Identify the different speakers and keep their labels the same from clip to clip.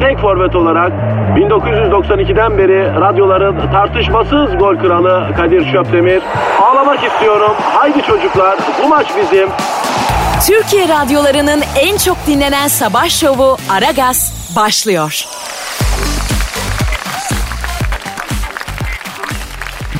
Speaker 1: tek forvet olarak 1992'den beri radyoların tartışmasız gol kralı Kadir Şöpdemir. Ağlamak istiyorum. Haydi çocuklar bu maç bizim.
Speaker 2: Türkiye radyolarının en çok dinlenen sabah şovu Aragaz başlıyor.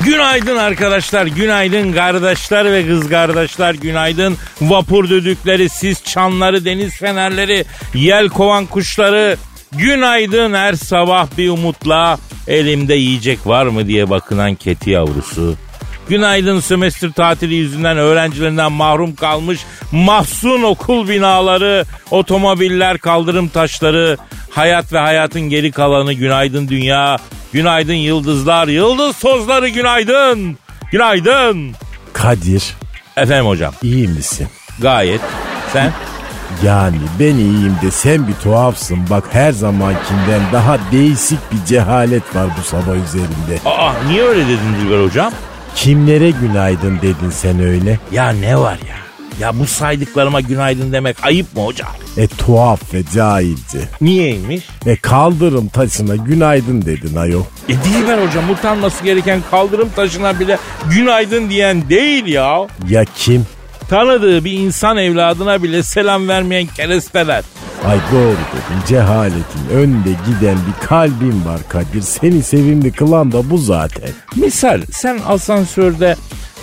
Speaker 3: Günaydın arkadaşlar, günaydın kardeşler ve kız kardeşler, günaydın vapur düdükleri, sis çanları, deniz fenerleri, yel kovan kuşları. Günaydın her sabah bir umutla elimde yiyecek var mı diye bakınan keti yavrusu. Günaydın sömestr tatili yüzünden öğrencilerinden mahrum kalmış mahzun okul binaları, otomobiller, kaldırım taşları, hayat ve hayatın geri kalanı günaydın dünya, günaydın yıldızlar, yıldız tozları günaydın, günaydın.
Speaker 4: Kadir
Speaker 3: Efendim hocam
Speaker 4: iyi misin?
Speaker 3: gayet sen
Speaker 4: Yani ben iyiyim de sen bir tuhafsın. Bak her zamankinden daha değişik bir cehalet var bu sabah üzerinde.
Speaker 3: aa niye öyle dedin Dilber hocam?
Speaker 4: Kimlere günaydın dedin sen öyle?
Speaker 3: Ya ne var ya? Ya bu saydıklarıma günaydın demek ayıp mı hocam?
Speaker 4: E tuhaf ve cahilce.
Speaker 3: Niyeymiş?
Speaker 4: E kaldırım taşına günaydın dedin ayol.
Speaker 3: E Dilber hocam utanması gereken kaldırım taşına bile günaydın diyen değil ya.
Speaker 4: Ya kim?
Speaker 3: Tanıdığı bir insan evladına bile selam vermeyen keresteler.
Speaker 4: Ay doğru dedim cehaletin önde giden bir kalbin var Kadir. Seni sevimli kılan da bu zaten.
Speaker 3: Misal sen asansörde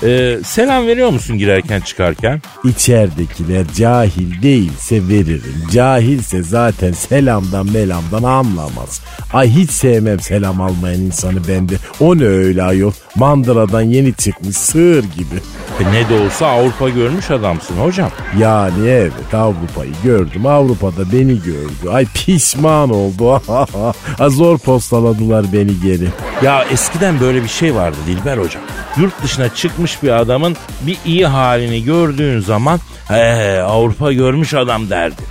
Speaker 3: e, selam veriyor musun girerken çıkarken?
Speaker 4: İçeridekiler cahil değilse veririm. Cahilse zaten selamdan melamdan anlamaz. Ay hiç sevmem selam almayan insanı bende. O ne öyle ayol? Mandıradan yeni çıkmış sığır gibi.
Speaker 3: E, ne de olsa Avrupa görmüş adamsın hocam.
Speaker 4: Yani evet Avrupa'yı gördüm. Avrupa'da beni gördü. Ay pişman oldu. Ay, Zor postaladılar beni geri.
Speaker 3: Ya eskiden böyle bir şey vardı Dilber hocam. Yurt dışına çıkmış bir adamın bir iyi halini gördüğün zaman he Avrupa görmüş adam derdi.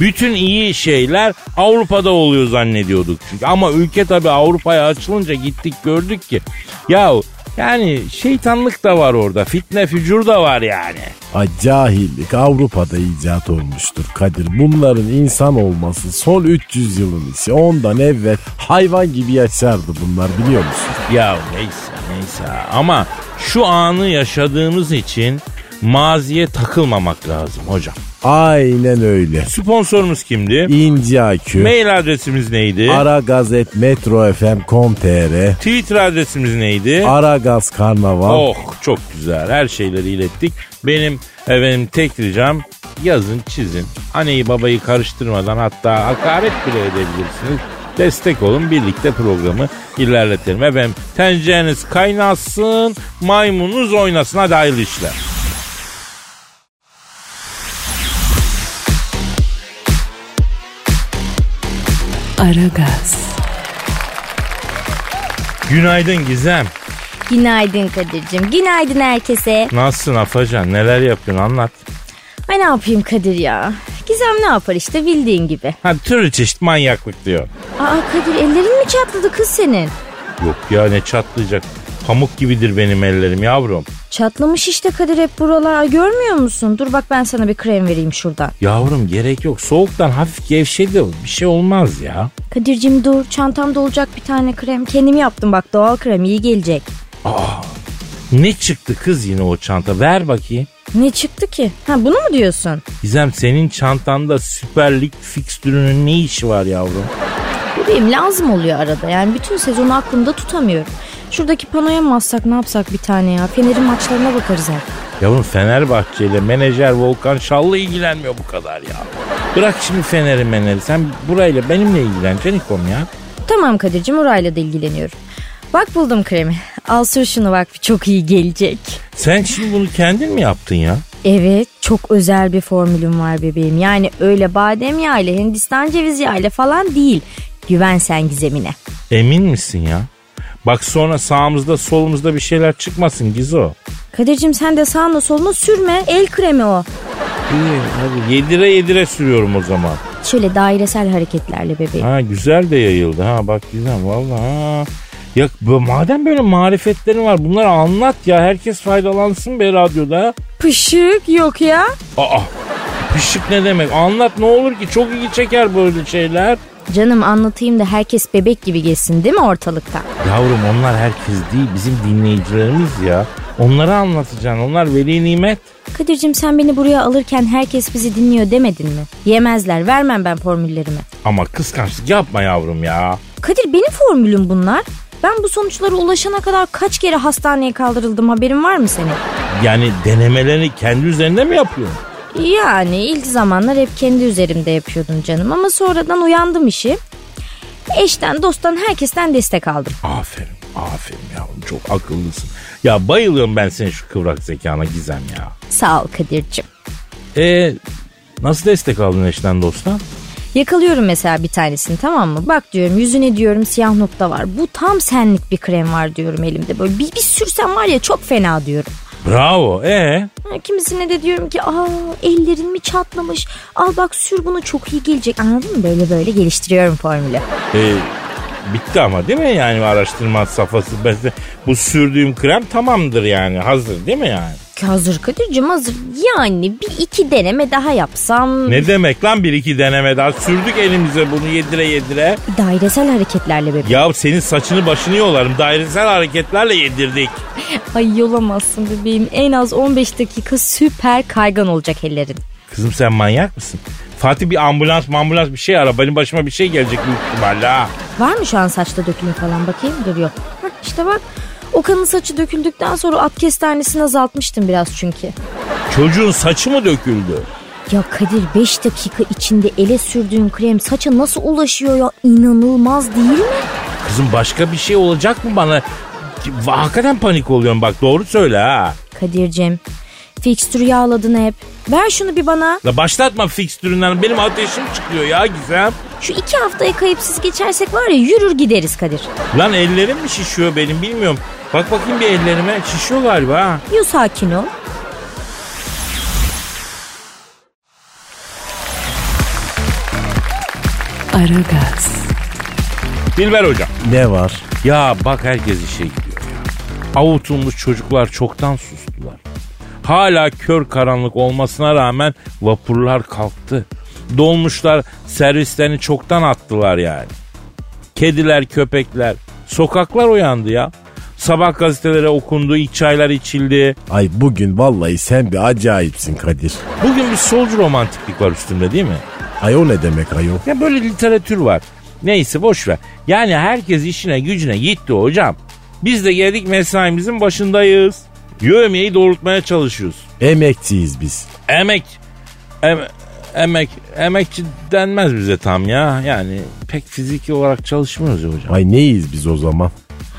Speaker 3: Bütün iyi şeyler Avrupa'da oluyor zannediyorduk çünkü. Ama ülke tabii Avrupa'ya açılınca gittik gördük ki. Ya yani şeytanlık da var orada. Fitne fücur da var yani.
Speaker 4: Ay cahillik Avrupa'da icat olmuştur Kadir. Bunların insan olması son 300 yılın işi. Ondan evvel hayvan gibi yaşardı bunlar biliyor musun?
Speaker 3: Ya neyse neyse ama şu anı yaşadığımız için maziye takılmamak lazım hocam.
Speaker 4: Aynen öyle.
Speaker 3: Sponsorumuz kimdi?
Speaker 4: İnci akü,
Speaker 3: Mail adresimiz neydi?
Speaker 4: ara gazet metrofm.com.tr,
Speaker 3: Twitter adresimiz neydi?
Speaker 4: ara gaz karnaval.
Speaker 3: oh çok güzel. Her şeyleri ilettik. Benim efendim tek ricam yazın çizin. Anneyi babayı karıştırmadan hatta hakaret bile edebilirsiniz. Destek olun birlikte programı ilerletelim. Efendim tencereniz kaynasın, maymununuz oynasın. Hadi hayırlı işler.
Speaker 2: Aragaz,
Speaker 3: Günaydın Gizem.
Speaker 5: Günaydın Kadir'cim. Günaydın herkese.
Speaker 3: Nasılsın Afacan? Neler yapıyorsun anlat.
Speaker 5: Ay ne yapayım Kadir ya? Gizem ne yapar işte bildiğin gibi.
Speaker 3: Ha türlü çeşit manyaklık diyor.
Speaker 5: Aa Kadir ellerin mi çatladı kız senin?
Speaker 3: Yok ya ne çatlayacak. Pamuk gibidir benim ellerim yavrum.
Speaker 5: Çatlamış işte Kadir hep buralar. Görmüyor musun? Dur bak ben sana bir krem vereyim şuradan.
Speaker 3: Yavrum gerek yok. Soğuktan hafif gevşedi. Bir şey olmaz ya.
Speaker 5: Kadir'cim dur çantamda olacak bir tane krem. Kendim yaptım bak doğal krem iyi gelecek.
Speaker 3: Ne çıktı kız yine o çanta? Ver bakayım.
Speaker 5: Ne çıktı ki? Ha bunu mu diyorsun?
Speaker 3: Gizem senin çantanda Süper Lig fikstürünün ne işi var yavrum?
Speaker 5: Bebeğim lazım oluyor arada. Yani bütün sezonu aklımda tutamıyorum. Şuradaki panoya mı assak ne yapsak bir tane ya? Fener'in maçlarına bakarız artık.
Speaker 3: Yavrum Fenerbahçe ile menajer Volkan Şallı ilgilenmiyor bu kadar ya. Bırak şimdi Fener'i meneri. Sen burayla benimle ilgileneceksin İkom ya.
Speaker 5: Tamam Kadir'cim orayla da ilgileniyorum. Bak buldum kremi. Al sür şunu bak çok iyi gelecek.
Speaker 3: Sen şimdi bunu kendin mi yaptın ya?
Speaker 5: Evet çok özel bir formülüm var bebeğim. Yani öyle badem yağıyla Hindistan ceviz yağıyla falan değil. Güven sen gizemine.
Speaker 3: Emin misin ya? Bak sonra sağımızda solumuzda bir şeyler çıkmasın Gizo.
Speaker 5: Kadir'cim sen de sağına soluna sürme el kremi o.
Speaker 3: İyi hadi yedire yedire sürüyorum o zaman.
Speaker 5: Şöyle dairesel hareketlerle bebeğim.
Speaker 3: Ha güzel de yayıldı ha bak güzel valla ha. Ya bu- madem böyle marifetlerin var bunları anlat ya herkes faydalansın be radyoda.
Speaker 5: Pışık yok ya.
Speaker 3: Aa pişik ne demek anlat ne olur ki çok ilgi çeker böyle şeyler.
Speaker 5: Canım anlatayım da herkes bebek gibi geçsin değil mi ortalıkta?
Speaker 3: Yavrum onlar herkes değil bizim dinleyicilerimiz ya. Onlara anlatacaksın onlar veli nimet.
Speaker 5: Kadir'cim sen beni buraya alırken herkes bizi dinliyor demedin mi? Yemezler vermem ben formüllerimi.
Speaker 3: Ama kıskançlık yapma yavrum ya.
Speaker 5: Kadir benim formülüm bunlar. Ben bu sonuçlara ulaşana kadar kaç kere hastaneye kaldırıldım haberin var mı senin?
Speaker 3: Yani denemelerini kendi üzerinde mi yapıyorsun?
Speaker 5: Yani ilk zamanlar hep kendi üzerimde yapıyordum canım ama sonradan uyandım işi. Eşten, dosttan, herkesten destek aldım.
Speaker 3: Aferin, aferin yavrum çok akıllısın. Ya bayılıyorum ben senin şu kıvrak zekana Gizem ya.
Speaker 5: Sağ ol Kadir'cim.
Speaker 3: Ee, nasıl destek aldın eşten dosttan?
Speaker 5: Yakalıyorum mesela bir tanesini tamam mı? Bak diyorum yüzüne diyorum siyah nokta var. Bu tam senlik bir krem var diyorum elimde. Böyle bir, bir sürsem var ya çok fena diyorum.
Speaker 3: Bravo, ee?
Speaker 5: Ha, Kimisine de diyorum ki aa ellerin mi çatlamış? Al bak sür bunu çok iyi gelecek. Anladın mı? Böyle böyle geliştiriyorum formülü.
Speaker 3: Ee, bitti ama değil mi yani araştırma safhası? Ben de- bu sürdüğüm krem tamamdır yani hazır değil mi yani?
Speaker 5: Ki Hazır Kadir'cim hazır. Yani bir iki deneme daha yapsam
Speaker 3: Ne demek lan bir iki deneme daha sürdük elimize bunu yedire yedire.
Speaker 5: dairesel hareketlerle bebeğim.
Speaker 3: Ya senin saçını başını yolarım dairesel hareketlerle yedirdik.
Speaker 5: Ay yolamazsın bebeğim. En az 15 dakika süper kaygan olacak ellerin.
Speaker 3: Kızım sen manyak mısın? Fatih bir ambulans ambulans bir şey ara. Benim başıma bir şey gelecek büyük ihtimalle ha.
Speaker 5: Var mı şu an saçta dökülme falan bakayım? Dur yok. Hah, işte bak. Okan'ın saçı döküldükten sonra at kestanesini azaltmıştım biraz çünkü.
Speaker 3: Çocuğun saçı mı döküldü?
Speaker 5: Ya Kadir 5 dakika içinde ele sürdüğün krem saça nasıl ulaşıyor ya? İnanılmaz değil mi?
Speaker 3: Kızım başka bir şey olacak mı bana? Hakikaten panik oluyorum bak doğru söyle ha.
Speaker 5: Kadir'cim fikstürü yağladın hep. Ver şunu bir bana.
Speaker 3: La başlatma fikstüründen benim ateşim çıkıyor ya Gizem.
Speaker 5: Şu iki haftaya kayıpsız geçersek var ya yürür gideriz Kadir.
Speaker 3: Lan ellerim mi şişiyor benim bilmiyorum. Bak bakayım bir ellerime şişiyor galiba ha.
Speaker 5: Yo sakin ol.
Speaker 2: Aragaz,
Speaker 3: Dilber hocam.
Speaker 4: Ne var?
Speaker 3: Ya bak herkes işe gidiyor ya. Avutulmuş çocuklar çoktan sustular. Hala kör karanlık olmasına rağmen vapurlar kalktı. Dolmuşlar servislerini çoktan attılar yani. Kediler, köpekler, sokaklar uyandı ya. Sabah gazetelere okundu, iç çaylar içildi.
Speaker 4: Ay bugün vallahi sen bir acayipsin Kadir.
Speaker 3: Bugün bir solcu romantiklik var üstünde değil mi?
Speaker 4: Ay o ne demek ayol?
Speaker 3: Ya böyle literatür var. Neyse boş ver. Yani herkes işine gücüne gitti hocam. Biz de geldik mesaimizin başındayız. Yövmeyi doğrultmaya çalışıyoruz.
Speaker 4: Emekçiyiz biz.
Speaker 3: Emek, em- emek, emekçi denmez bize tam ya. Yani pek fiziki olarak çalışmıyoruz ya hocam.
Speaker 4: Ay neyiz biz o zaman?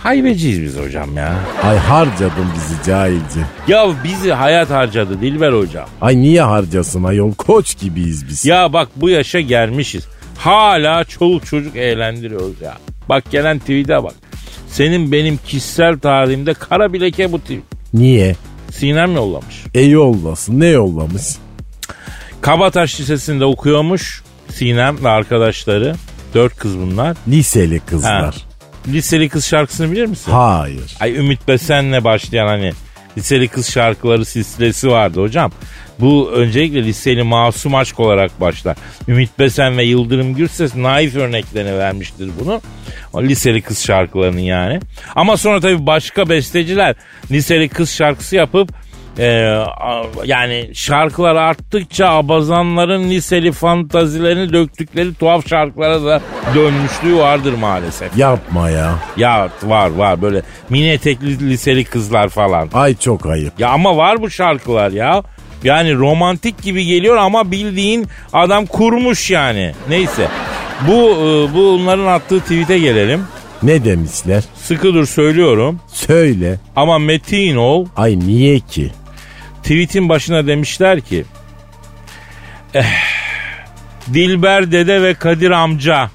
Speaker 3: Haybeciyiz biz hocam ya.
Speaker 4: Ay harcadın bizi cahilce.
Speaker 3: Ya bizi hayat harcadı Dilber hocam.
Speaker 4: Ay niye harcasın ayol? Koç gibiyiz biz.
Speaker 3: Ya bak bu yaşa gelmişiz. Hala çoluk çocuk eğlendiriyoruz ya. Bak gelen tweet'e bak. Senin benim kişisel tarihimde kara bir leke bu tweet.
Speaker 4: Niye?
Speaker 3: Sinem yollamış.
Speaker 4: E yollasın. Ne yollamış?
Speaker 3: Kabataş Lisesi'nde okuyormuş Sinem ve arkadaşları. Dört kız bunlar.
Speaker 4: Liseli kızlar.
Speaker 3: Liseli kız şarkısını bilir misin?
Speaker 4: Hayır.
Speaker 3: Ay Ümit Besen'le başlayan hani liseli kız şarkıları silsilesi vardı hocam. Bu öncelikle liseli masum aşk olarak başlar. Ümit Besen ve Yıldırım Gürses naif örneklerini vermiştir bunu. O liseli kız şarkılarının yani. Ama sonra tabii başka besteciler liseli kız şarkısı yapıp e, a- yani şarkılar arttıkça abazanların liseli fantazilerini döktükleri tuhaf şarkılara da dönmüşlüğü vardır maalesef.
Speaker 4: Yapma ya.
Speaker 3: Ya var var böyle mini etekli liseli kızlar falan.
Speaker 4: Ay çok ayıp.
Speaker 3: Ya ama var bu şarkılar ya. Yani romantik gibi geliyor ama bildiğin adam kurmuş yani. Neyse. Bu e, bunların attığı tweet'e gelelim.
Speaker 4: Ne demişler?
Speaker 3: Sıkı dur söylüyorum.
Speaker 4: Söyle.
Speaker 3: Ama metin ol.
Speaker 4: Ay niye ki?
Speaker 3: Tweetin başına demişler ki. "Eh, Dilber dede ve Kadir amca.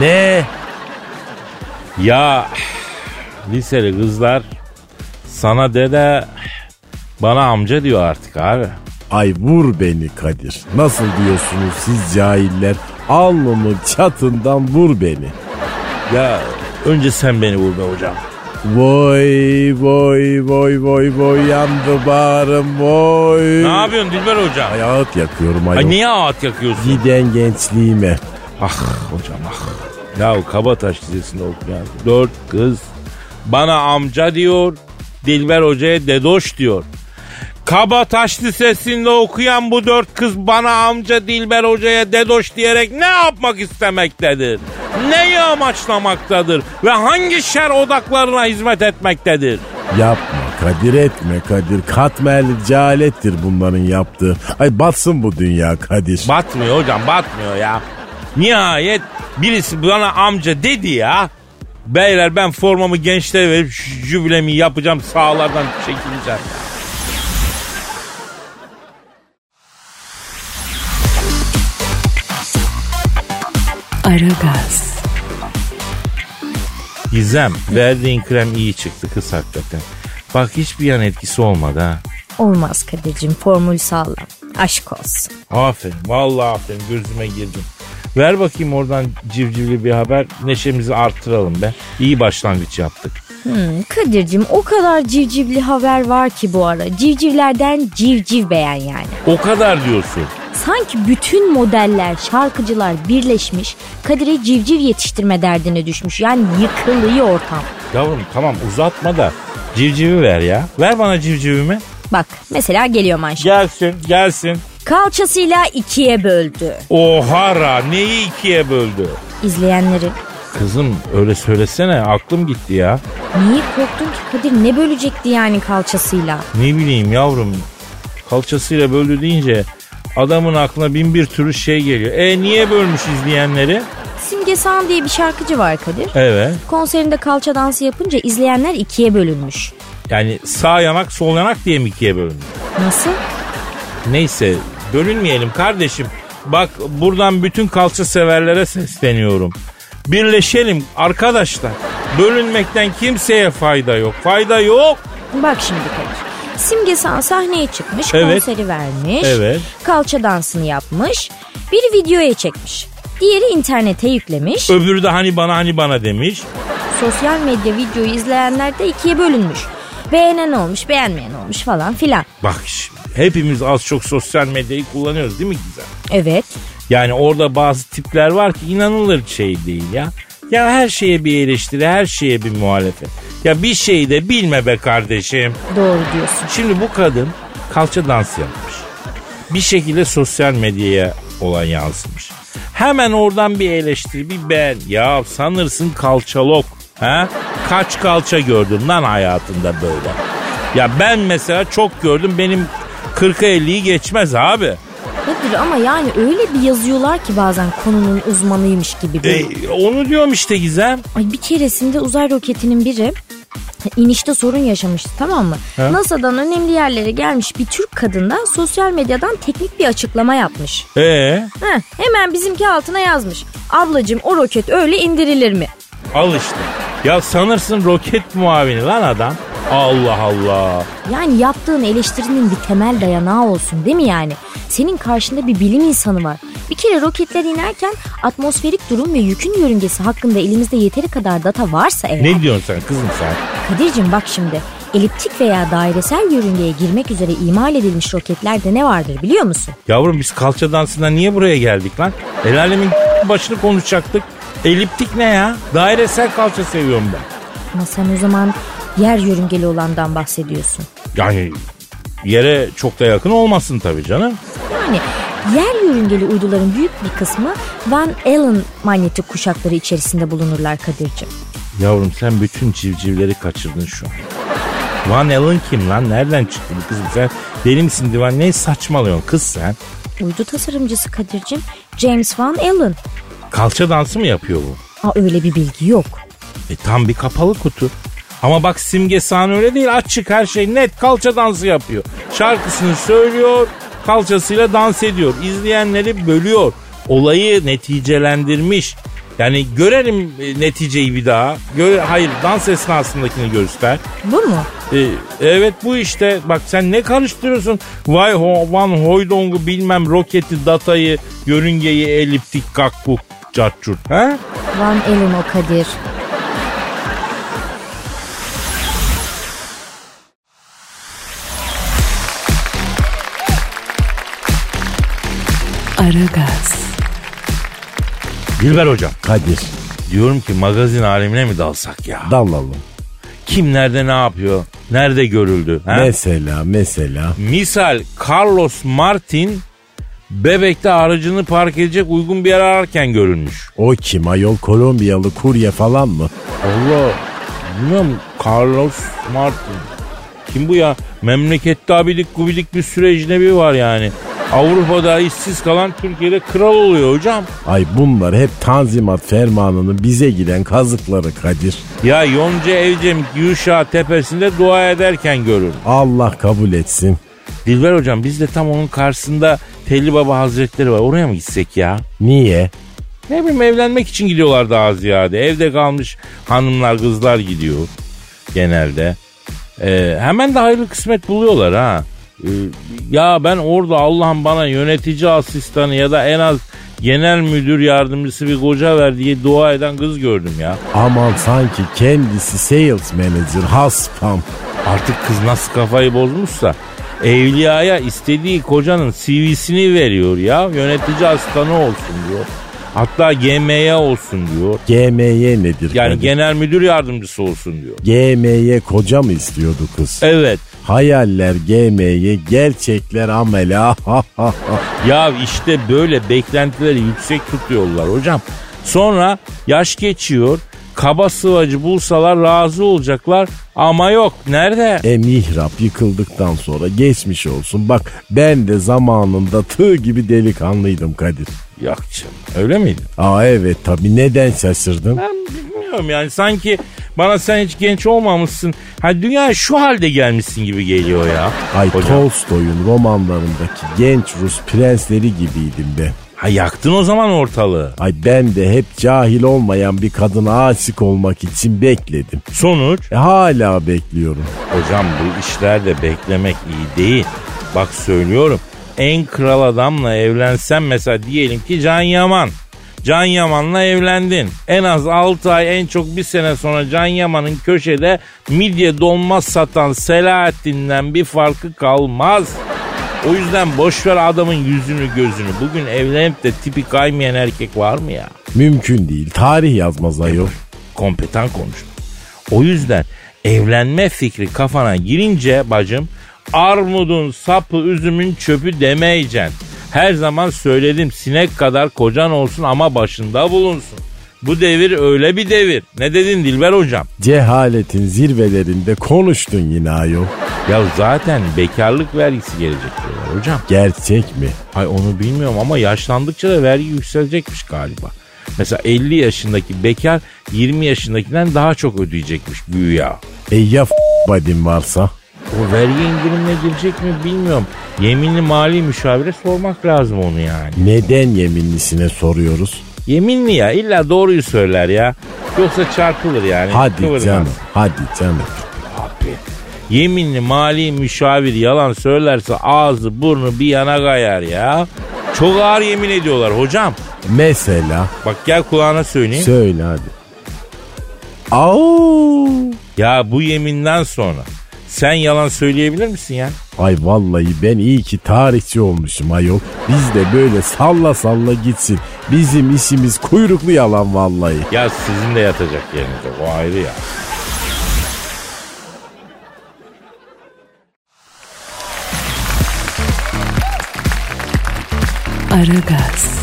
Speaker 4: Ne?
Speaker 3: Ya liseli kızlar sana dede bana amca diyor artık abi.
Speaker 4: Ay vur beni Kadir. Nasıl diyorsunuz siz cahiller? Alnımın çatından vur beni.
Speaker 3: Ya önce sen beni vur be hocam.
Speaker 4: Vay vay vay vay vay yandı bağrım vay.
Speaker 3: Ne yapıyorsun Dilber hocam?
Speaker 4: Ay ağıt yakıyorum ayol.
Speaker 3: Ay niye ağıt yakıyorsun?
Speaker 4: Giden gençliğime.
Speaker 3: Ah hocam ah. Ya Kabataş Lisesi'nde okuyan dört kız bana amca diyor, Dilber Hoca'ya dedoş diyor. Kabataş Lisesi'nde okuyan bu dört kız bana amca Dilber Hoca'ya dedoş diyerek ne yapmak istemektedir? Neyi amaçlamaktadır? Ve hangi şer odaklarına hizmet etmektedir?
Speaker 4: Yapma Kadir etme Kadir. Katmerli cehalettir bunların yaptığı. Ay batsın bu dünya Kadir.
Speaker 3: Batmıyor hocam batmıyor ya. Nihayet birisi bana amca dedi ya. Beyler ben formamı gençlere verip şu jübilemi yapacağım sağlardan çekileceğim.
Speaker 2: Aragaz,
Speaker 3: Gizem verdiğin krem iyi çıktı kız hakikaten. Bak hiçbir yan etkisi olmadı ha.
Speaker 5: Olmaz Kadir'cim formül sağlam. Aşk olsun.
Speaker 3: Aferin vallahi aferin gözüme girdin. Ver bakayım oradan civcivli bir haber. Neşemizi arttıralım be. İyi başlangıç yaptık.
Speaker 5: Hmm, Kadir'cim o kadar civcivli haber var ki bu ara. Civcivlerden civciv beğen yani.
Speaker 3: O kadar diyorsun.
Speaker 5: Sanki bütün modeller, şarkıcılar birleşmiş Kadir'e civciv yetiştirme derdine düşmüş. Yani yıkılıyor ortam.
Speaker 3: Yavrum tamam uzatma da civcivi ver ya. Ver bana civcivimi.
Speaker 5: Bak mesela geliyor manşet.
Speaker 3: Gelsin gelsin.
Speaker 5: Kalçasıyla ikiye böldü.
Speaker 3: Ohara neyi ikiye böldü?
Speaker 5: İzleyenleri.
Speaker 3: Kızım öyle söylesene aklım gitti ya.
Speaker 5: Niye korktun ki Kadir? Ne bölecekti yani kalçasıyla?
Speaker 3: Ne bileyim yavrum kalçasıyla böldü deyince adamın aklına bin bir türlü şey geliyor. E niye bölmüş izleyenleri?
Speaker 5: Simge Sağan diye bir şarkıcı var Kadir.
Speaker 3: Evet
Speaker 5: Konserinde kalça dansı yapınca izleyenler ikiye bölünmüş.
Speaker 3: yani sağ yanak sol yanak diye mi ikiye bölündü?
Speaker 5: Nasıl?
Speaker 3: Neyse bölünmeyelim kardeşim. Bak buradan bütün kalça severlere sesleniyorum. Birleşelim arkadaşlar. Bölünmekten kimseye fayda yok. Fayda yok.
Speaker 5: Bak şimdi Kadir. Simge Sağan sahneye çıkmış,
Speaker 3: Evet.
Speaker 5: konseri vermiş,
Speaker 3: Evet.
Speaker 5: kalça dansını yapmış, bir videoya çekmiş. Diğeri internete yüklemiş,
Speaker 3: Öbürü de hani bana hani bana demiş.
Speaker 5: sosyal medya videoyu izleyenler de ikiye bölünmüş. Beğenen olmuş, beğenmeyen olmuş falan filan.
Speaker 3: Bak şimdi, hepimiz az çok sosyal medyayı kullanıyoruz değil mi Gizem?
Speaker 5: Evet,
Speaker 3: Yani orada bazı tipler var ki inanılır şey değil ya. Ya her şeye bir eleştiri, her şeye bir muhalefet. Ya bir şeyi de bilme be kardeşim.
Speaker 5: doğru diyorsun.
Speaker 3: Şimdi bu kadın kalça dansı yapmış. Bir şekilde sosyal medyaya olan yansımış. Hemen oradan bir eleştiri, bir beğen. Ya sanırsın kalçalok. Ha? Kaç kalça gördün lan hayatında böyle? Ya ben mesela çok gördüm. Benim 40'a 50'yi geçmez abi.
Speaker 5: Nedir ama yani öyle bir yazıyorlar ki bazen konunun uzmanıymış gibi. böyle.
Speaker 3: E, onu diyorum işte Gizem.
Speaker 5: Ay bir keresinde uzay roketinin biri inişte sorun yaşamıştı tamam mı? NASA'dan önemli yerlere gelmiş bir Türk kadında sosyal medyadan teknik bir açıklama yapmış.
Speaker 3: Ee,
Speaker 5: Heh, hemen bizimki altına yazmış. Ablacım o roket öyle indirilir mi?
Speaker 3: al işte. Ya sanırsın roket muavini lan adam. Allah Allah.
Speaker 5: Yani yaptığın eleştirinin bir temel dayanağı olsun değil mi yani? Senin karşında bir bilim insanı var. Bir kere roketler inerken atmosferik durum ve yükün yörüngesi hakkında elimizde yeteri kadar data varsa eğer...
Speaker 3: Ne diyorsun sen kızım sen?
Speaker 5: Kadir'cim bak şimdi. Eliptik veya dairesel yörüngeye girmek üzere imal edilmiş roketlerde ne vardır biliyor musun?
Speaker 3: Yavrum biz kalça dansından niye buraya geldik lan? El alemin başını konuşacaktık. Eliptik ne ya? Dairesel kalça seviyorum ben.
Speaker 5: Ama sen o zaman yer yörüngeli olandan bahsediyorsun.
Speaker 3: Yani yere çok da yakın olmasın tabii canım.
Speaker 5: Yani yer yörüngeli uyduların büyük bir kısmı Van Allen manyetik kuşakları içerisinde bulunurlar Kadir'cim.
Speaker 3: Yavrum sen bütün civcivleri kaçırdın şu an. Van Allen kim lan? Nereden çıktı bu kızım sen? Deli misin divan? Ne saçmalıyorsun kız sen?
Speaker 5: Uydu tasarımcısı Kadir'cim James Van Allen.
Speaker 3: Kalça dansı mı yapıyor bu?
Speaker 5: Aa, öyle bir bilgi yok.
Speaker 3: E tam bir kapalı kutu. Ama bak Simge Sağan öyle değil açık her şey net kalça dansı yapıyor. Şarkısını söylüyor kalçasıyla dans ediyor. İzleyenleri bölüyor. Olayı neticelendirmiş. Yani görelim e, neticeyi bir daha. Gö- Hayır dans esnasındakini göster.
Speaker 5: Bu mu?
Speaker 3: E, evet bu işte bak sen ne karıştırıyorsun? Vay hovan hoydongu bilmem roketi datayı yörüngeyi eliptik kakbuk cartçurt. Ha?
Speaker 5: Van elin o Kadir.
Speaker 2: Aragaz,
Speaker 3: Dilber hocam
Speaker 4: Kadir.
Speaker 3: diyorum ki magazin alemine mi dalsak ya?
Speaker 4: Dalalım.
Speaker 3: Kim nerede ne yapıyor? Nerede görüldü? ha?
Speaker 4: Mesela mesela.
Speaker 3: Misal Carlos Martin bebekte aracını park edecek uygun bir yer ararken görülmüş.
Speaker 4: O kim ayol Kolombiyalı kurye falan mı?
Speaker 3: Allah bilmiyorum Carlos Martin. Kim bu ya? Memlekette abidik gubidik bir sürecine bir var yani. Avrupa'da işsiz kalan Türkiye'de kral oluyor hocam.
Speaker 4: Ay bunlar hep Tanzimat fermanının bize giden kazıkları Kadir.
Speaker 3: Ya Yonca Evcem Yuşa tepesinde dua ederken görür.
Speaker 4: Allah kabul etsin.
Speaker 3: Dilber hocam biz de tam onun karşısında Telli Baba Hazretleri var. Oraya mı gitsek ya?
Speaker 4: Niye?
Speaker 3: Ne bileyim evlenmek için gidiyorlar daha ziyade. Evde kalmış hanımlar kızlar gidiyor genelde. Ee, hemen de hayırlı kısmet buluyorlar ha. Ee, ya ben orada Allah'ım bana yönetici asistanı ya da en az genel müdür yardımcısı bir koca ver diye dua eden kız gördüm ya.
Speaker 4: Aman sanki kendisi sales manager haspam.
Speaker 3: Artık kız nasıl kafayı bozmuşsa evliyaya istediği kocanın CV'sini veriyor ya. Yönetici asistanı olsun diyor. Hatta GM'ye olsun diyor.
Speaker 4: GMY nedir?
Speaker 3: Yani
Speaker 4: Kadir?
Speaker 3: genel müdür yardımcısı olsun diyor.
Speaker 4: GMY koca mı istiyordu kız?
Speaker 3: Evet.
Speaker 4: Hayaller GMY, gerçekler amela.
Speaker 3: Ya işte böyle beklentileri yüksek tutuyorlar hocam. Sonra yaş geçiyor. Kaba sıvacı bulsalar razı olacaklar ama yok. Nerede?
Speaker 4: e mihrap yıkıldıktan sonra geçmiş olsun. Bak ben de zamanında tığ gibi delikanlıydım Kadir.
Speaker 3: Yok canım. Öyle miydi?
Speaker 4: Aa evet tabii neden şaşırdın?
Speaker 3: Ben bilmiyorum yani sanki bana sen hiç genç olmamışsın. Hani dünya şu halde gelmişsin gibi geliyor ya.
Speaker 4: Ay
Speaker 3: hocam.
Speaker 4: Tolstoy'un romanlarındaki genç Rus prensleri gibiydim ben.
Speaker 3: Ha yaktın o zaman ortalığı.
Speaker 4: Ay ben de hep cahil olmayan bir kadına aşık olmak için bekledim.
Speaker 3: Sonuç?
Speaker 4: E, hala bekliyorum.
Speaker 3: Hocam bu işlerde beklemek iyi değil. Bak söylüyorum en kral adamla evlensen mesela diyelim ki Can Yaman. Can Yaman'la evlendin. En az 6 ay en çok bir sene sonra Can Yaman'ın köşede midye dolma satan Selahattin'den bir farkı kalmaz. O yüzden boşver adamın yüzünü gözünü. Bugün evlenip de tipi kaymayan erkek var mı ya?
Speaker 4: Mümkün değil. Tarih yazmaz ayol.
Speaker 3: kompetan konuştu. O yüzden evlenme fikri kafana girince bacım armudun sapı üzümün çöpü demeyeceksin. Her zaman söyledim sinek kadar kocan olsun ama başında bulunsun. Bu devir öyle bir devir. Ne dedin Dilber hocam?
Speaker 4: Cehaletin zirvelerinde konuştun yine ayol.
Speaker 3: Ya zaten bekarlık vergisi gelecek diyorlar hocam.
Speaker 4: Gerçek mi?
Speaker 3: Ay onu bilmiyorum ama yaşlandıkça da vergi yükselecekmiş galiba. Mesela 50 yaşındaki bekar 20 yaşındakinden daha çok ödeyecekmiş güya.
Speaker 4: E ya f- badin varsa?
Speaker 3: O vergi indirimine girecek mi bilmiyorum. Yeminli mali müşavire sormak lazım onu yani.
Speaker 4: Neden yeminlisine soruyoruz?
Speaker 3: Yeminli ya illa doğruyu söyler ya. Yoksa çarpılır yani.
Speaker 4: Hadi
Speaker 3: Kıvırmaz.
Speaker 4: canım, hadi canım.
Speaker 3: Abi. Yeminli mali müşavir yalan söylerse ağzı burnu bir yana kayar ya. Çok ağır yemin ediyorlar hocam.
Speaker 4: Mesela
Speaker 3: Bak gel kulağına söyleyeyim.
Speaker 4: söyle hadi. Au!
Speaker 3: ya bu yeminden sonra sen yalan söyleyebilir misin ya?
Speaker 4: Ay vallahi ben iyi ki tarihçi olmuşum ayol. Biz de böyle salla salla gitsin. Bizim işimiz kuyruklu yalan vallahi.
Speaker 3: Ya sizin de yatacak yeriniz yok o ayrı ya.
Speaker 2: Aragaz,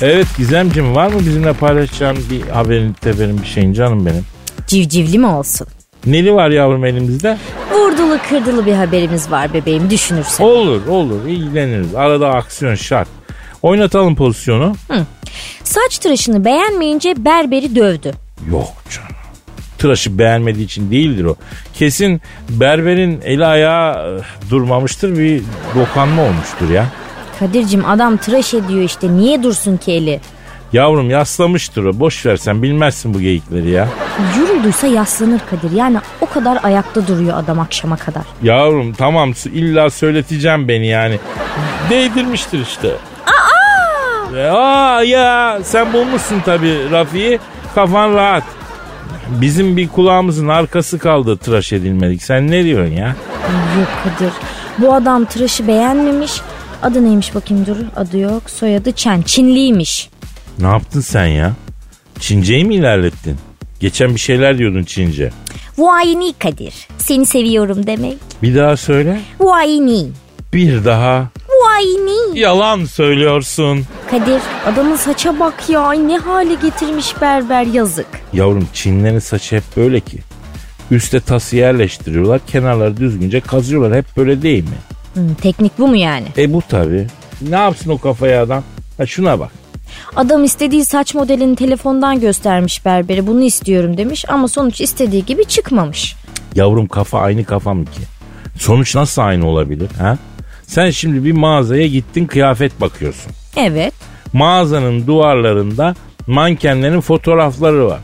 Speaker 3: Evet Gizemciğim var mı bizimle paylaşacağın bir haberin, teferin bir şeyin canım benim?
Speaker 5: Civcivli mi olsun?
Speaker 3: Neli var yavrum elimizde?
Speaker 5: Vurdulu kırdılı bir haberimiz var bebeğim düşünürsen.
Speaker 3: Olur olur ilgileniriz. Arada aksiyon şart. Oynatalım pozisyonu.
Speaker 5: Saç tıraşını beğenmeyince berberi dövdü.
Speaker 3: Yok canım. Tıraşı beğenmediği için değildir o. Kesin berberin eli ayağı eh, durmamıştır bir dokanma olmuştur ya.
Speaker 5: Kadir'cim adam tıraş ediyor işte niye dursun ki eli?
Speaker 3: Yavrum yaslamıştır o. Boş versen bilmezsin bu geyikleri ya.
Speaker 5: Yorulduysa yaslanır Kadir yani o kadar ayakta duruyor adam akşama kadar.
Speaker 3: Yavrum tamam illa söyleteceğim beni yani. Değdirmiştir işte. Aa! Aa ya sen bulmuşsun tabii Rafi'yi. Kafan rahat. Bizim bir kulağımızın arkası kaldı tıraş edilmedik. Sen ne diyorsun ya?
Speaker 5: Ay Yok Kadir bu adam tıraşı beğenmemiş. Adı neymiş bakayım dur adı yok soyadı Çen Çinliymiş.
Speaker 3: Ne yaptın sen ya? Çince'yi mi ilerlettin? Geçen bir şeyler diyordun Çince.
Speaker 5: Vuayini Kadir seni seviyorum demek.
Speaker 3: Bir daha söyle.
Speaker 5: Vuayini.
Speaker 3: Bir daha.
Speaker 5: Vuayini.
Speaker 3: Yalan söylüyorsun.
Speaker 5: Kadir adamın saça bak ya ay ne hale getirmiş berber yazık.
Speaker 3: Yavrum Çinlerin saçı hep böyle ki. Üste tası yerleştiriyorlar, kenarları düzgünce kazıyorlar. Hep böyle değil mi?
Speaker 5: Hmm, teknik bu mu yani?
Speaker 3: E bu tabii. Ne yapsın o kafaya adam? Ha şuna bak.
Speaker 5: Adam istediği saç modelini telefondan göstermiş berbere bunu istiyorum demiş ama sonuç istediği gibi çıkmamış.
Speaker 3: Yavrum kafa aynı kafa mı ki? Sonuç nasıl aynı olabilir ha? Sen şimdi bir mağazaya gittin kıyafet bakıyorsun.
Speaker 5: Evet.
Speaker 3: Mağazanın duvarlarında mankenlerin fotoğrafları var.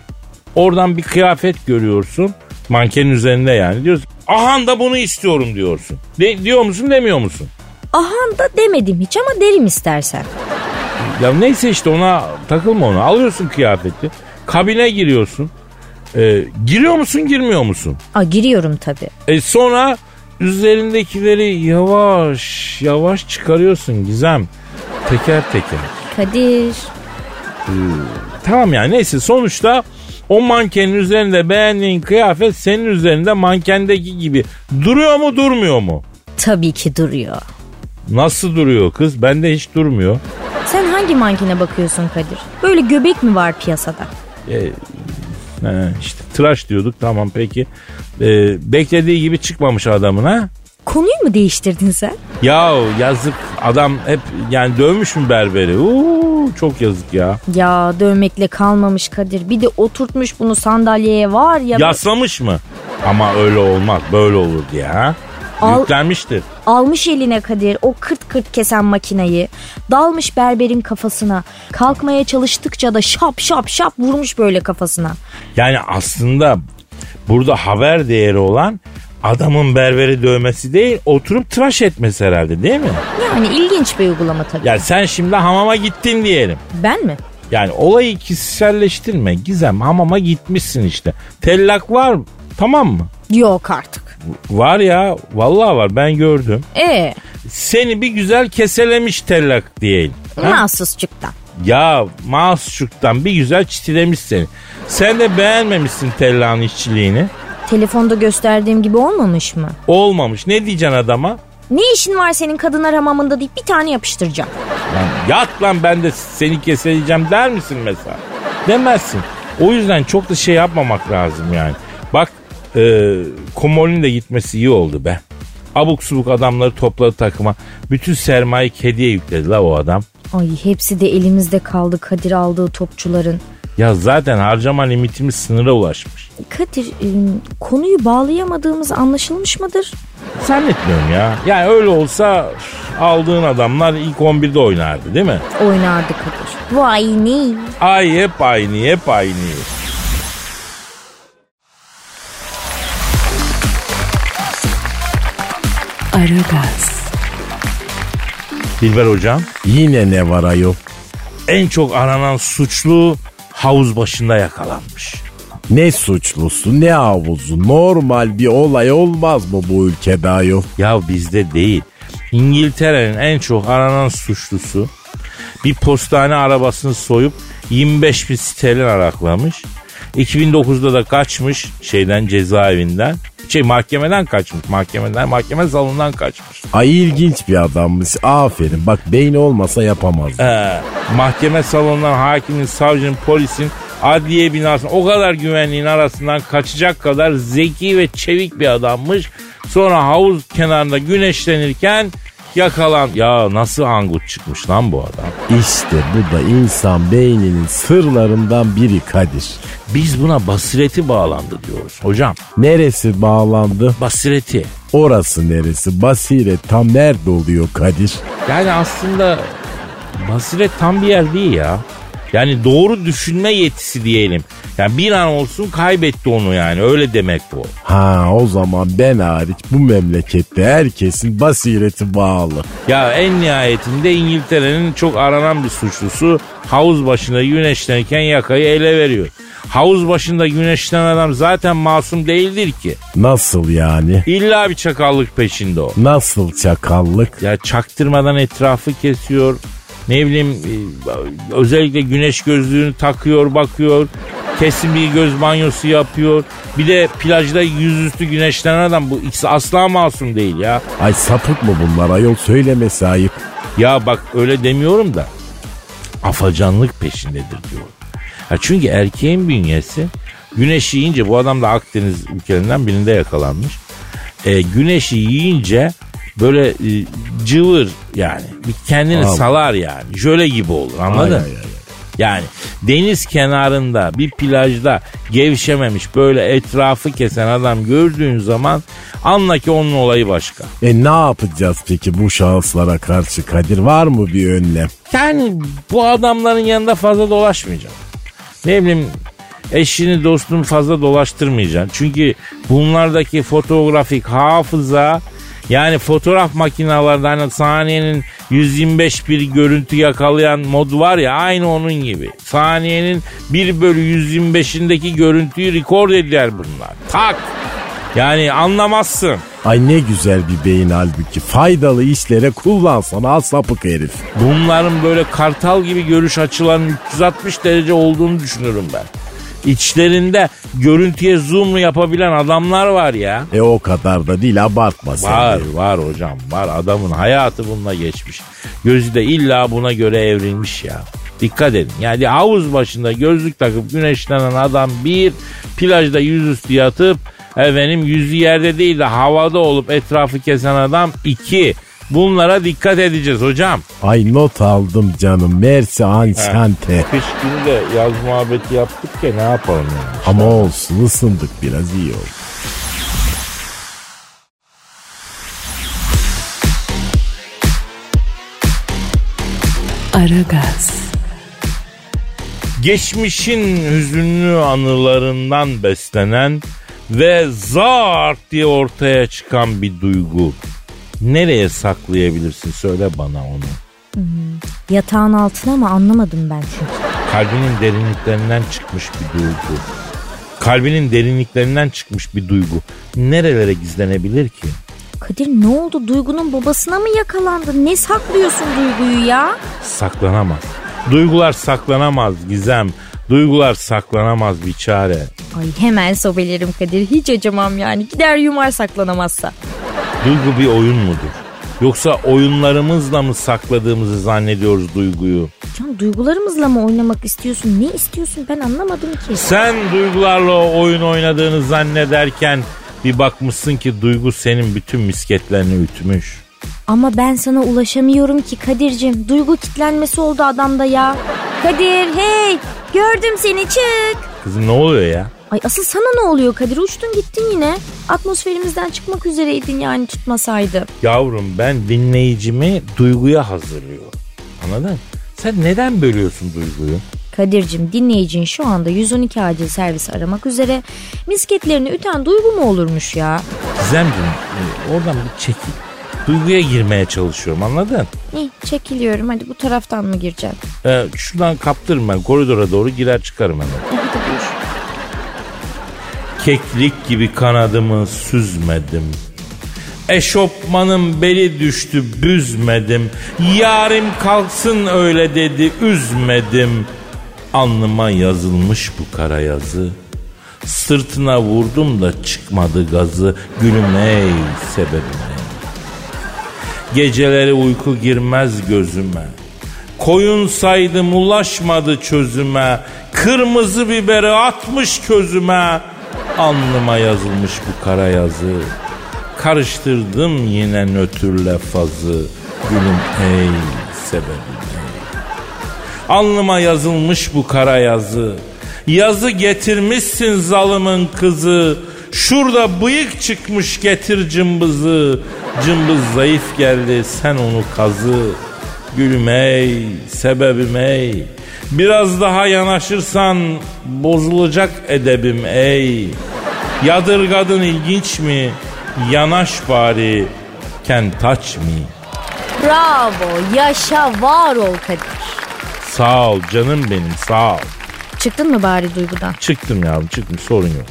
Speaker 3: Oradan bir kıyafet görüyorsun. Mankenin üzerinde yani diyorsun. Ahan da bunu istiyorum diyorsun. De- diyor musun demiyor musun?
Speaker 5: Ahan da demedim hiç ama derim istersen.
Speaker 3: Ya neyse işte ona takılma ona. Alıyorsun kıyafeti. Kabine giriyorsun. Ee, giriyor musun girmiyor musun?
Speaker 5: A giriyorum tabii.
Speaker 3: E sonra üzerindekileri yavaş yavaş çıkarıyorsun Gizem. Teker teker.
Speaker 5: Kadir.
Speaker 3: Tamam yani neyse sonuçta o mankenin üzerinde beğendiğin kıyafet senin üzerinde mankendeki gibi duruyor mu durmuyor mu?
Speaker 5: Tabii ki duruyor.
Speaker 3: Nasıl duruyor kız? Bende hiç durmuyor.
Speaker 5: Sen hangi mankine bakıyorsun Kadir? Böyle göbek mi var piyasada?
Speaker 3: He, işte tıraş diyorduk tamam peki. Ee, beklediği gibi çıkmamış adamın ha?
Speaker 5: Konuyu mu değiştirdin sen?
Speaker 3: Ya yazık adam hep yani dövmüş mü berberi? Uuu çok yazık ya.
Speaker 5: Ya dövmekle kalmamış Kadir. Bir de oturtmuş bunu sandalyeye var ya.
Speaker 3: Yaslamış mı? Ama öyle olmaz böyle olur diye ha.
Speaker 5: Al-
Speaker 3: Yüklenmiştir.
Speaker 5: Almış eline Kadir o kırt kırt kesen makineyi. Dalmış berberin kafasına. Kalkmaya çalıştıkça da şap şap şap vurmuş böyle kafasına.
Speaker 3: Yani aslında burada haber değeri olan adamın berberi dövmesi değil oturup tıraş etmesi herhalde değil mi?
Speaker 5: Yani ilginç bir uygulama tabii.
Speaker 3: Yani sen şimdi hamama gittin diyelim.
Speaker 5: Ben mi?
Speaker 3: Yani olayı kişiselleştirme Gizem hamama gitmişsin işte. Tellak var tamam mı?
Speaker 5: Yok artık.
Speaker 3: Var ya vallahi var ben gördüm.
Speaker 5: E
Speaker 3: Seni bir güzel keselemiş tellak diyelim. Ha?
Speaker 5: mahsusçuktan.
Speaker 3: Ya masçuktan bir güzel çitilemiş seni. Sen de beğenmemişsin tellağın işçiliğini.
Speaker 5: Telefonda gösterdiğim gibi olmamış mı?
Speaker 3: Olmamış. Ne diyeceksin adama?
Speaker 5: Ne işin var senin kadınlar hamamında deyip bir tane yapıştıracağım.
Speaker 3: Lan yat lan ben de seni keseleyeceğim der misin mesela? Demezsin. O yüzden çok da şey yapmamak lazım yani. Bak e, Komol'ün de gitmesi iyi oldu be. Abuk subuk adamları topladı takıma. Bütün sermaye kediye yükledi la o adam.
Speaker 5: Ay hepsi de elimizde kaldı Kadir aldığı topçuların.
Speaker 3: Ya zaten harcama limitimiz sınıra ulaşmış.
Speaker 5: Kadir e, konuyu bağlayamadığımız anlaşılmış mıdır?
Speaker 3: Zannetmiyorum ya. Yani öyle olsa üf, aldığın adamlar ilk 11'de oynardı değil mi?
Speaker 5: Oynardı Kadir. Vay ne?
Speaker 3: Ay hep aynı hep aynı.
Speaker 2: Aragaz,
Speaker 3: Dilber hocam
Speaker 4: Yine ne var ayol?
Speaker 3: en çok aranan suçlu havuz başında yakalanmış.
Speaker 4: Ne suçlusu ne havuzu normal bir olay olmaz mı bu ülkede ayol?
Speaker 3: Ya bizde değil. İngiltere'nin en çok aranan suçlusu bir postane arabasını soyup 25 bin sterlin araklamış. 2009'da da kaçmış şeyden cezaevinden. Şey mahkemeden kaçmış. Mahkemeden mahkeme salonundan kaçmış.
Speaker 4: Ay ilginç bir adammış aferin bak beyni olmasa yapamaz.
Speaker 3: Ee, mahkeme salonundan hakimin, savcının, polisin, adliye binasının o kadar güvenliğin arasından kaçacak kadar zeki ve çevik bir adammış. Sonra havuz kenarında güneşlenirken yakalan. Ya nasıl angut çıkmış lan bu adam?
Speaker 4: İşte bu da insan beyninin sırlarından biri Kadir.
Speaker 3: Biz buna basireti bağlandı diyoruz hocam.
Speaker 4: Neresi bağlandı?
Speaker 3: Basireti.
Speaker 4: Orası neresi? Basiret tam nerede oluyor Kadir?
Speaker 3: Yani aslında basiret tam bir yer değil ya. Yani doğru düşünme yetisi diyelim. Yani bir an olsun kaybetti onu yani öyle demek bu.
Speaker 4: Ha o zaman ben hariç bu memlekette herkesin basireti bağlı.
Speaker 3: Ya en nihayetinde İngiltere'nin çok aranan bir suçlusu havuz başında güneşlenirken yakayı ele veriyor. Havuz başında güneşlenen adam zaten masum değildir ki.
Speaker 4: Nasıl yani?
Speaker 3: İlla bir çakallık peşinde o.
Speaker 4: Nasıl çakallık?
Speaker 3: Ya çaktırmadan etrafı kesiyor. Ne bileyim e, özellikle güneş gözlüğünü takıyor bakıyor. Kesin bir göz banyosu yapıyor. Bir de plajda yüzüstü güneşlenen adam bu ikisi asla masum değil ya.
Speaker 4: Ay sapık mı bunlar ayol söylemesi ayıp.
Speaker 3: Ya bak öyle demiyorum da afacanlık peşindedir diyorum. Ya çünkü erkeğin bünyesi güneşi yiyince bu adam da Akdeniz ülkelerinden birinde yakalanmış. E, güneşi yiyince böyle e, cıvır yani bir kendini
Speaker 4: Abi.
Speaker 3: salar yani jöle gibi olur anladın
Speaker 4: Ay,
Speaker 3: mı?
Speaker 4: ay, ay, ay.
Speaker 3: Yani deniz kenarında bir plajda gevşememiş böyle etrafı kesen adam gördüğün zaman anla ki onun olayı başka.
Speaker 4: E ne yapacağız peki bu şahıslara karşı Kadir? Var mı bir önlem?
Speaker 3: Yani bu adamların yanında fazla dolaşmayacağım. Ne bileyim eşini dostunu fazla dolaştırmayacaksın. Çünkü bunlardaki fotoğrafik hafıza yani fotoğraf makinalarında hani saniyenin 125 bir görüntü yakalayan mod var ya aynı onun gibi. Saniyenin 1 bölü 125'indeki görüntüyü rekord eder bunlar. Tak! Yani anlamazsın.
Speaker 4: Ay ne güzel bir beyin halbuki. Faydalı işlere kullansana al sapık herif.
Speaker 3: Bunların böyle kartal gibi görüş açılarının 360 derece olduğunu düşünürüm ben. İçlerinde görüntüye zoomlu yapabilen adamlar var ya.
Speaker 4: E o kadar da değil abartma sen.
Speaker 3: Var
Speaker 4: de.
Speaker 3: var hocam var adamın hayatı bununla geçmiş. Gözü de illa buna göre evrilmiş ya. Dikkat edin yani havuz başında gözlük takıp güneşlenen adam bir plajda yüzüstü yatıp efendim yüzü yerde değil de havada olup etrafı kesen adam iki. Bunlara dikkat edeceğiz hocam.
Speaker 4: Ay not aldım canım. Mersi Ansante.
Speaker 3: Kış günü de yaz muhabbeti yaptık ya ne yapalım yani.
Speaker 4: Ama olsun ısındık biraz iyi oldu.
Speaker 2: Aragaz,
Speaker 3: Geçmişin hüzünlü anılarından beslenen ve zart diye ortaya çıkan bir duygu. Nereye saklayabilirsin söyle bana onu.
Speaker 5: Yatağın altına ama anlamadım ben çünkü.
Speaker 3: Kalbinin derinliklerinden çıkmış bir duygu. Kalbinin derinliklerinden çıkmış bir duygu. Nerelere gizlenebilir ki?
Speaker 5: Kadir ne oldu? Duygu'nun babasına mı yakalandın? Ne saklıyorsun Duygu'yu ya?
Speaker 3: Saklanamaz. Duygular saklanamaz Gizem. Duygular saklanamaz bir çare.
Speaker 5: Ay hemen sobelerim Kadir. Hiç acımam yani. Gider yumar saklanamazsa.
Speaker 3: Duygu bir oyun mudur? Yoksa oyunlarımızla mı sakladığımızı zannediyoruz duyguyu?
Speaker 5: Can duygularımızla mı oynamak istiyorsun? Ne istiyorsun? Ben anlamadım ki.
Speaker 3: Sen duygularla o oyun oynadığını zannederken bir bakmışsın ki duygu senin bütün misketlerini ütmüş.
Speaker 5: Ama ben sana ulaşamıyorum ki Kadir'cim. Duygu kitlenmesi oldu adamda ya. Kadir hey gördüm seni çık.
Speaker 3: Kızım ne oluyor ya?
Speaker 5: Ay asıl sana ne oluyor Kadir? Uçtun gittin yine. Atmosferimizden çıkmak üzereydin yani tutmasaydı.
Speaker 3: Yavrum ben dinleyicimi duyguya hazırlıyorum. Anladın? mı? Sen neden bölüyorsun duyguyu?
Speaker 5: Kadir'cim dinleyicin şu anda 112 acil servis aramak üzere. Misketlerini üten Duygu mu olurmuş ya?
Speaker 3: Gizemciğim e, oradan bir çekil. Duyguya girmeye çalışıyorum anladın?
Speaker 5: İh çekiliyorum hadi bu taraftan mı gireceğim?
Speaker 3: E, şuradan kaptırırım ben koridora doğru girer çıkarım hemen.
Speaker 5: E, hadi buyur.
Speaker 3: Keklik gibi kanadımı süzmedim. Eşofmanım beli düştü büzmedim. Yarim kalksın öyle dedi üzmedim. Alnıma yazılmış bu kara yazı. Sırtına vurdum da çıkmadı gazı. Gülüm ey sebebim ey. Geceleri uyku girmez gözüme. Koyun saydım ulaşmadı çözüme. Kırmızı biberi atmış közüme. Alnıma yazılmış bu kara yazı. Karıştırdım yine nötrle fazı. Gülüm ey sebebim ey. Alnıma yazılmış bu kara yazı. Yazı getirmişsin zalımın kızı. Şurada bıyık çıkmış getir cımbızı. Cımbız zayıf geldi sen onu kazı. Gülüm ey sebebim ey. Biraz daha yanaşırsan bozulacak edebim ey. Yadırgadın ilginç mi? Yanaş bari. Kentaç mı?
Speaker 5: Bravo, yaşa, var ol Kadir.
Speaker 3: Sağ ol canım benim sağ ol.
Speaker 5: Çıktın mı bari duygudan?
Speaker 3: Çıktım yavrum çıktım sorun yok.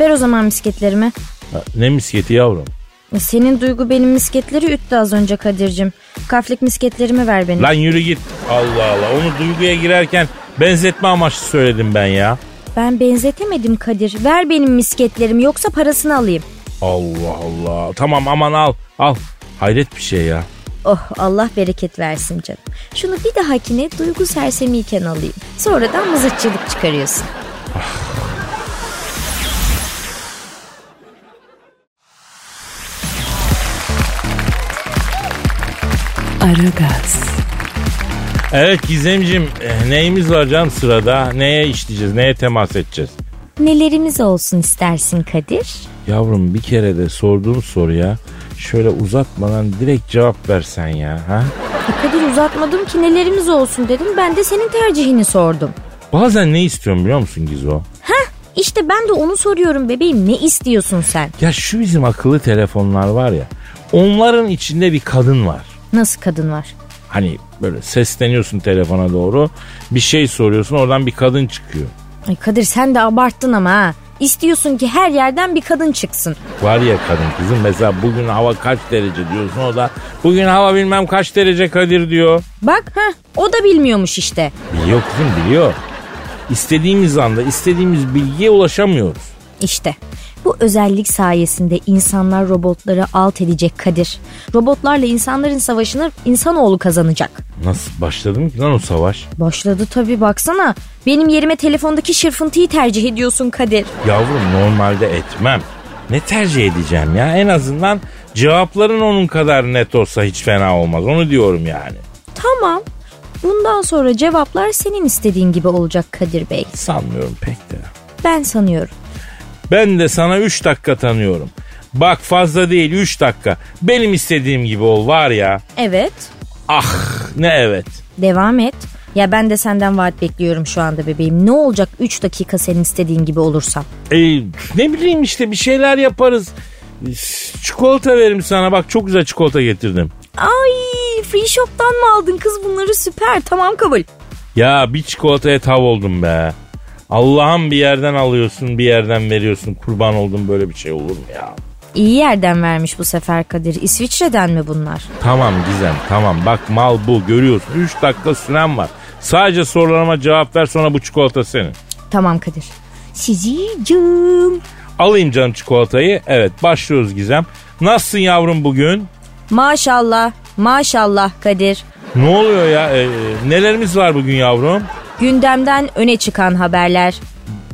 Speaker 5: Ver o zaman misketlerimi. E,
Speaker 3: Ha, Ne misketi yavrum?
Speaker 5: Senin duygu benim misketleri üttü az önce Kadir'cim. Kaflik misketlerimi ver benim.
Speaker 3: Lan yürü git. Allah Allah onu duyguya girerken benzetme amaçlı söyledim ben ya.
Speaker 5: Ben benzetemedim Kadir. Ver benim misketlerimi yoksa parasını alayım.
Speaker 3: Allah Allah. Tamam aman al al. Hayret bir şey ya.
Speaker 5: Oh Allah bereket versin canım. Şunu bir dahakine duygu sersemiyken alayım. Sonradan mızıkçılık çıkarıyorsun.
Speaker 2: Aragaz,
Speaker 3: Evet Gizemciğim eh, neyimiz var canım sırada? Neye işleyeceğiz? Neye temas edeceğiz?
Speaker 5: Nelerimiz olsun istersin Kadir?
Speaker 3: Yavrum bir kere de sorduğum soruya şöyle uzatmadan direkt cevap versen ya. Ha?
Speaker 5: E Kadir uzatmadım ki nelerimiz olsun dedim. Ben de senin tercihini sordum.
Speaker 3: Bazen ne istiyorum biliyor musun Gizo?
Speaker 5: İşte ben de onu soruyorum bebeğim. Ne istiyorsun sen?
Speaker 3: Ya şu bizim akıllı telefonlar var ya. Onların içinde bir kadın var.
Speaker 5: Nasıl kadın var?
Speaker 3: Hani böyle sesleniyorsun telefona doğru. Bir şey soruyorsun oradan bir kadın çıkıyor.
Speaker 5: Ay Kadir sen de abarttın ama ha. İstiyorsun ki her yerden bir kadın çıksın.
Speaker 3: Var ya kadın kızım mesela bugün hava kaç derece diyorsun o da bugün hava bilmem kaç derece Kadir diyor.
Speaker 5: Bak ha o da bilmiyormuş işte.
Speaker 3: Biliyor kızım biliyor. İstediğimiz anda istediğimiz bilgiye ulaşamıyoruz.
Speaker 5: İşte bu özellik sayesinde insanlar robotları alt edecek Kadir. Robotlarla insanların savaşını insanoğlu kazanacak.
Speaker 3: Nasıl başladı mı ki lan o savaş?
Speaker 5: Başladı tabii baksana. Benim yerime telefondaki şırfıntıyı tercih ediyorsun Kadir.
Speaker 3: Yavrum normalde etmem. Ne tercih edeceğim ya en azından cevapların onun kadar net olsa hiç fena olmaz onu diyorum yani.
Speaker 5: Tamam. Bundan sonra cevaplar senin istediğin gibi olacak Kadir Bey.
Speaker 3: Sanmıyorum pek de.
Speaker 5: Ben sanıyorum.
Speaker 3: Ben de sana 3 dakika tanıyorum. Bak fazla değil 3 dakika. Benim istediğim gibi ol var ya.
Speaker 5: Evet.
Speaker 3: Ah ne evet.
Speaker 5: Devam et. Ya ben de senden vaat bekliyorum şu anda bebeğim. Ne olacak 3 dakika senin istediğin gibi olursam?
Speaker 3: E, ne bileyim işte bir şeyler yaparız. Çikolata veririm sana bak çok güzel çikolata getirdim.
Speaker 5: Ay free shop'tan mı aldın kız bunları süper tamam kabul.
Speaker 3: Ya bir çikolataya tav oldum be. Allah'ım bir yerden alıyorsun bir yerden veriyorsun kurban oldum böyle bir şey olur mu ya?
Speaker 5: İyi yerden vermiş bu sefer Kadir. İsviçre'den mi bunlar?
Speaker 3: Tamam Gizem tamam bak mal bu görüyorsun 3 dakika süren var. Sadece sorularıma cevap ver sonra bu çikolata senin.
Speaker 5: Tamam Kadir. Sizicim.
Speaker 3: Alayım canım çikolatayı. Evet başlıyoruz Gizem. Nasılsın yavrum bugün?
Speaker 5: Maşallah, maşallah Kadir.
Speaker 3: Ne oluyor ya? Ee, nelerimiz var bugün yavrum?
Speaker 5: Gündemden öne çıkan haberler.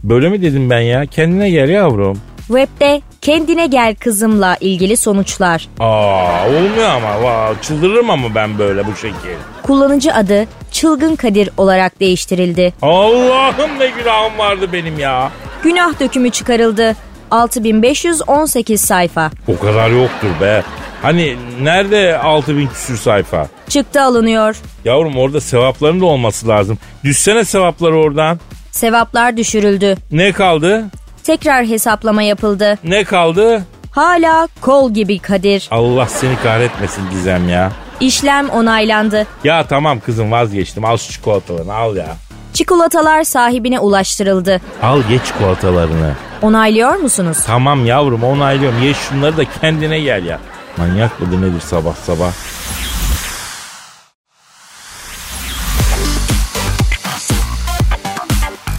Speaker 3: Böyle mi dedim ben ya? Kendine gel yavrum.
Speaker 5: Web'de kendine gel kızımla ilgili sonuçlar.
Speaker 3: Aa olmuyor ama. Vaa, çıldırırım ama ben böyle bu şekil.
Speaker 5: Kullanıcı adı Çılgın Kadir olarak değiştirildi.
Speaker 3: Allah'ım ne günahım vardı benim ya.
Speaker 5: Günah dökümü çıkarıldı. 6518 sayfa.
Speaker 3: O kadar yoktur be. Hani nerede 6000 küsür sayfa?
Speaker 5: Çıktı alınıyor.
Speaker 3: Yavrum orada sevapların da olması lazım. Düşsene sevapları oradan.
Speaker 5: Sevaplar düşürüldü.
Speaker 3: Ne kaldı?
Speaker 5: Tekrar hesaplama yapıldı.
Speaker 3: Ne kaldı?
Speaker 5: Hala kol gibi Kadir.
Speaker 3: Allah seni kahretmesin Gizem ya.
Speaker 5: İşlem onaylandı.
Speaker 3: Ya tamam kızım vazgeçtim. Al şu çikolatalarını al ya.
Speaker 5: Çikolatalar sahibine ulaştırıldı.
Speaker 3: Al geç çikolatalarını.
Speaker 5: Onaylıyor musunuz?
Speaker 3: Tamam yavrum onaylıyorum. Ye şunları da kendine gel ya. Manyak mıdır nedir sabah sabah?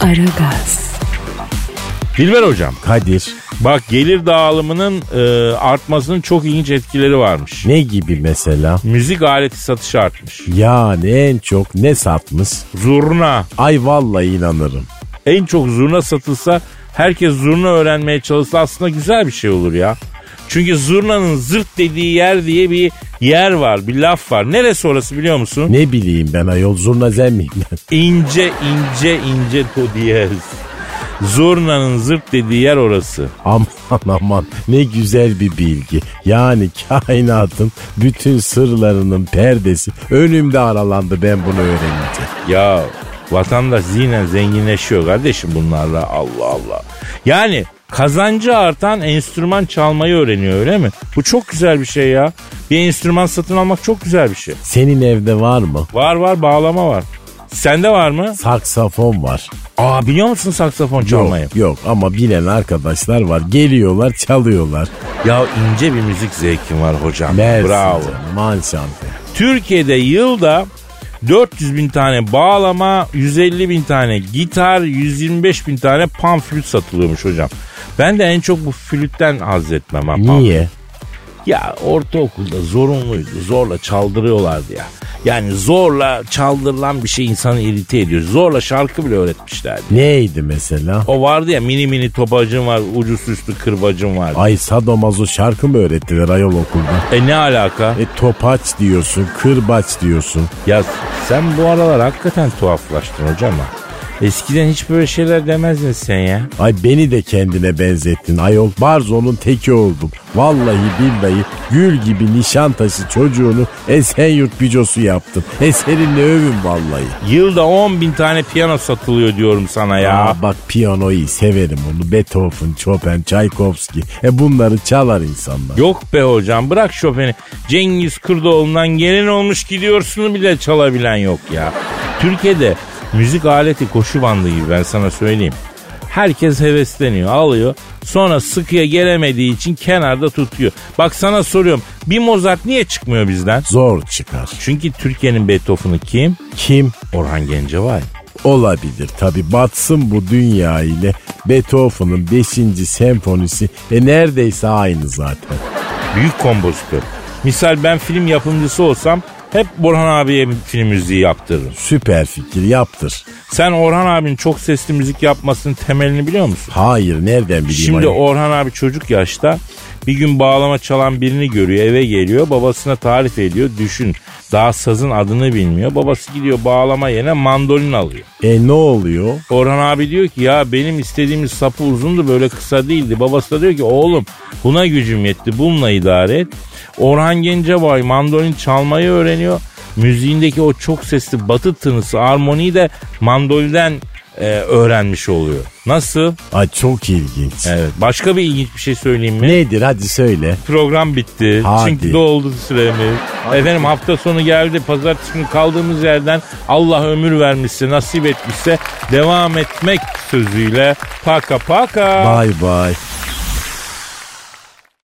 Speaker 2: Aragaz,
Speaker 3: Dilber hocam
Speaker 4: Kadir
Speaker 3: bak gelir dağılımının e, artmasının çok ilginç etkileri varmış.
Speaker 4: ne gibi mesela?
Speaker 3: Müzik aleti satışı artmış.
Speaker 4: Yani en çok ne satmış?
Speaker 3: Zurna.
Speaker 4: Ay vallahi inanırım.
Speaker 3: En çok zurna satılsa herkes zurna öğrenmeye çalışsa aslında güzel bir şey olur ya. Çünkü zurnanın zırt dediği yer diye bir yer var, bir laf var. Neresi orası biliyor musun?
Speaker 4: Ne bileyim ben ayol zurna zen miyim ben?
Speaker 3: İnce ince ince to diyez. Zurna'nın zırt dediği yer orası.
Speaker 4: Aman aman ne güzel bir bilgi. Yani kainatın bütün sırlarının perdesi önümde aralandı ben bunu öğrenince.
Speaker 3: Ya vatandaş zihnen zenginleşiyor kardeşim bunlarla Allah Allah. Yani kazancı artan enstrüman çalmayı öğreniyor öyle mi? Bu çok güzel bir şey ya. Bir enstrüman satın almak çok güzel bir şey.
Speaker 4: Senin evde var mı?
Speaker 3: Var var bağlama var. Sende var mı?
Speaker 4: Saksafon var.
Speaker 3: Aa biliyor musun saksafon çalmayı?
Speaker 4: Yok, yok ama bilen arkadaşlar var. Geliyorlar çalıyorlar.
Speaker 3: Ya ince bir müzik zevkin var hocam.
Speaker 4: Mersin
Speaker 3: Bravo.
Speaker 4: canım Anşante.
Speaker 3: Türkiye'de yılda 400 bin tane bağlama, 150 bin tane gitar, 125 bin tane pan flüt satılıyormuş hocam. Ben de en çok bu flütten haz etmem. ha, pan
Speaker 4: Niye?
Speaker 3: ya ortaokulda zorunluydu. Zorla çaldırıyorlardı ya. Yani zorla çaldırılan bir şey insanı irite ediyor. Zorla şarkı bile öğretmişlerdi.
Speaker 4: Neydi mesela?
Speaker 3: O vardı ya mini mini topacım var, ucu süslü kırbacım vardı.
Speaker 4: Ay sadomazo şarkı mı öğrettiler ayol okulda?
Speaker 3: E ne alaka?
Speaker 4: E topaç diyorsun, kırbaç diyorsun.
Speaker 3: Ya sen bu aralar hakikaten tuhaflaştın hocam ha. Eskiden hiç böyle şeyler demezdin sen ya.
Speaker 4: Ay beni de kendine benzettin ayol. Barzo'nun teki oldum. Vallahi billahi gül gibi nişantaşı çocuğunu Esenyurt bicosu yaptın. Eserinle övün vallahi.
Speaker 3: Yılda 10 bin tane piyano satılıyor diyorum sana ya.
Speaker 4: Aa, bak piyanoyu severim onu. Beethoven, Chopin, Tchaikovsky. E bunları çalar insanlar.
Speaker 3: Yok be hocam bırak Chopin'i. Cengiz Kırdoğlu'ndan gelin olmuş gidiyorsunu bile çalabilen yok ya. Türkiye'de müzik aleti koşu bandı gibi ben sana söyleyeyim. Herkes hevesleniyor alıyor sonra sıkıya gelemediği için kenarda tutuyor. Bak sana soruyorum bir Mozart niye çıkmıyor bizden?
Speaker 4: Zor çıkar.
Speaker 3: Çünkü Türkiye'nin Beethoven'ı kim?
Speaker 4: Kim
Speaker 3: Orhan Gencebay.
Speaker 4: olabilir tabi batsın bu dünya ile Beethoven'ın 5. senfonisi e neredeyse aynı zaten.
Speaker 3: Büyük kompozitör. Misal ben film yapımcısı olsam hep Orhan abiye film müziği yaptırırım.
Speaker 4: Süper fikir yaptır.
Speaker 3: Sen Orhan abinin çok sesli müzik yapmasının temelini biliyor musun?
Speaker 4: Hayır nereden bileyim?
Speaker 3: Şimdi
Speaker 4: ayol?
Speaker 3: Orhan abi çocuk yaşta bir gün bağlama çalan birini görüyor eve geliyor babasına tarif ediyor düşün daha sazın adını bilmiyor babası gidiyor bağlama yerine mandolin alıyor.
Speaker 4: E ne oluyor?
Speaker 3: Orhan abi diyor ki ya benim istediğimiz sapı uzundu böyle kısa değildi. Babası da diyor ki oğlum buna gücüm yetti bununla idare et. Orhan Gencebay mandolin çalmayı öğreniyor. Müziğindeki o çok sesli batı tınısı armoniyi de mandolinden e, öğrenmiş oluyor. Nasıl?
Speaker 4: Ay çok ilginç.
Speaker 3: Evet. Başka bir ilginç bir şey söyleyeyim mi?
Speaker 4: Nedir hadi söyle.
Speaker 3: Program bitti.
Speaker 4: Hadi.
Speaker 3: Çünkü doldu süremiz. Efendim hafta sonu geldi. Pazartesi günü kaldığımız yerden Allah ömür vermişse, nasip etmişse devam etmek sözüyle paka paka.
Speaker 4: Bay bay.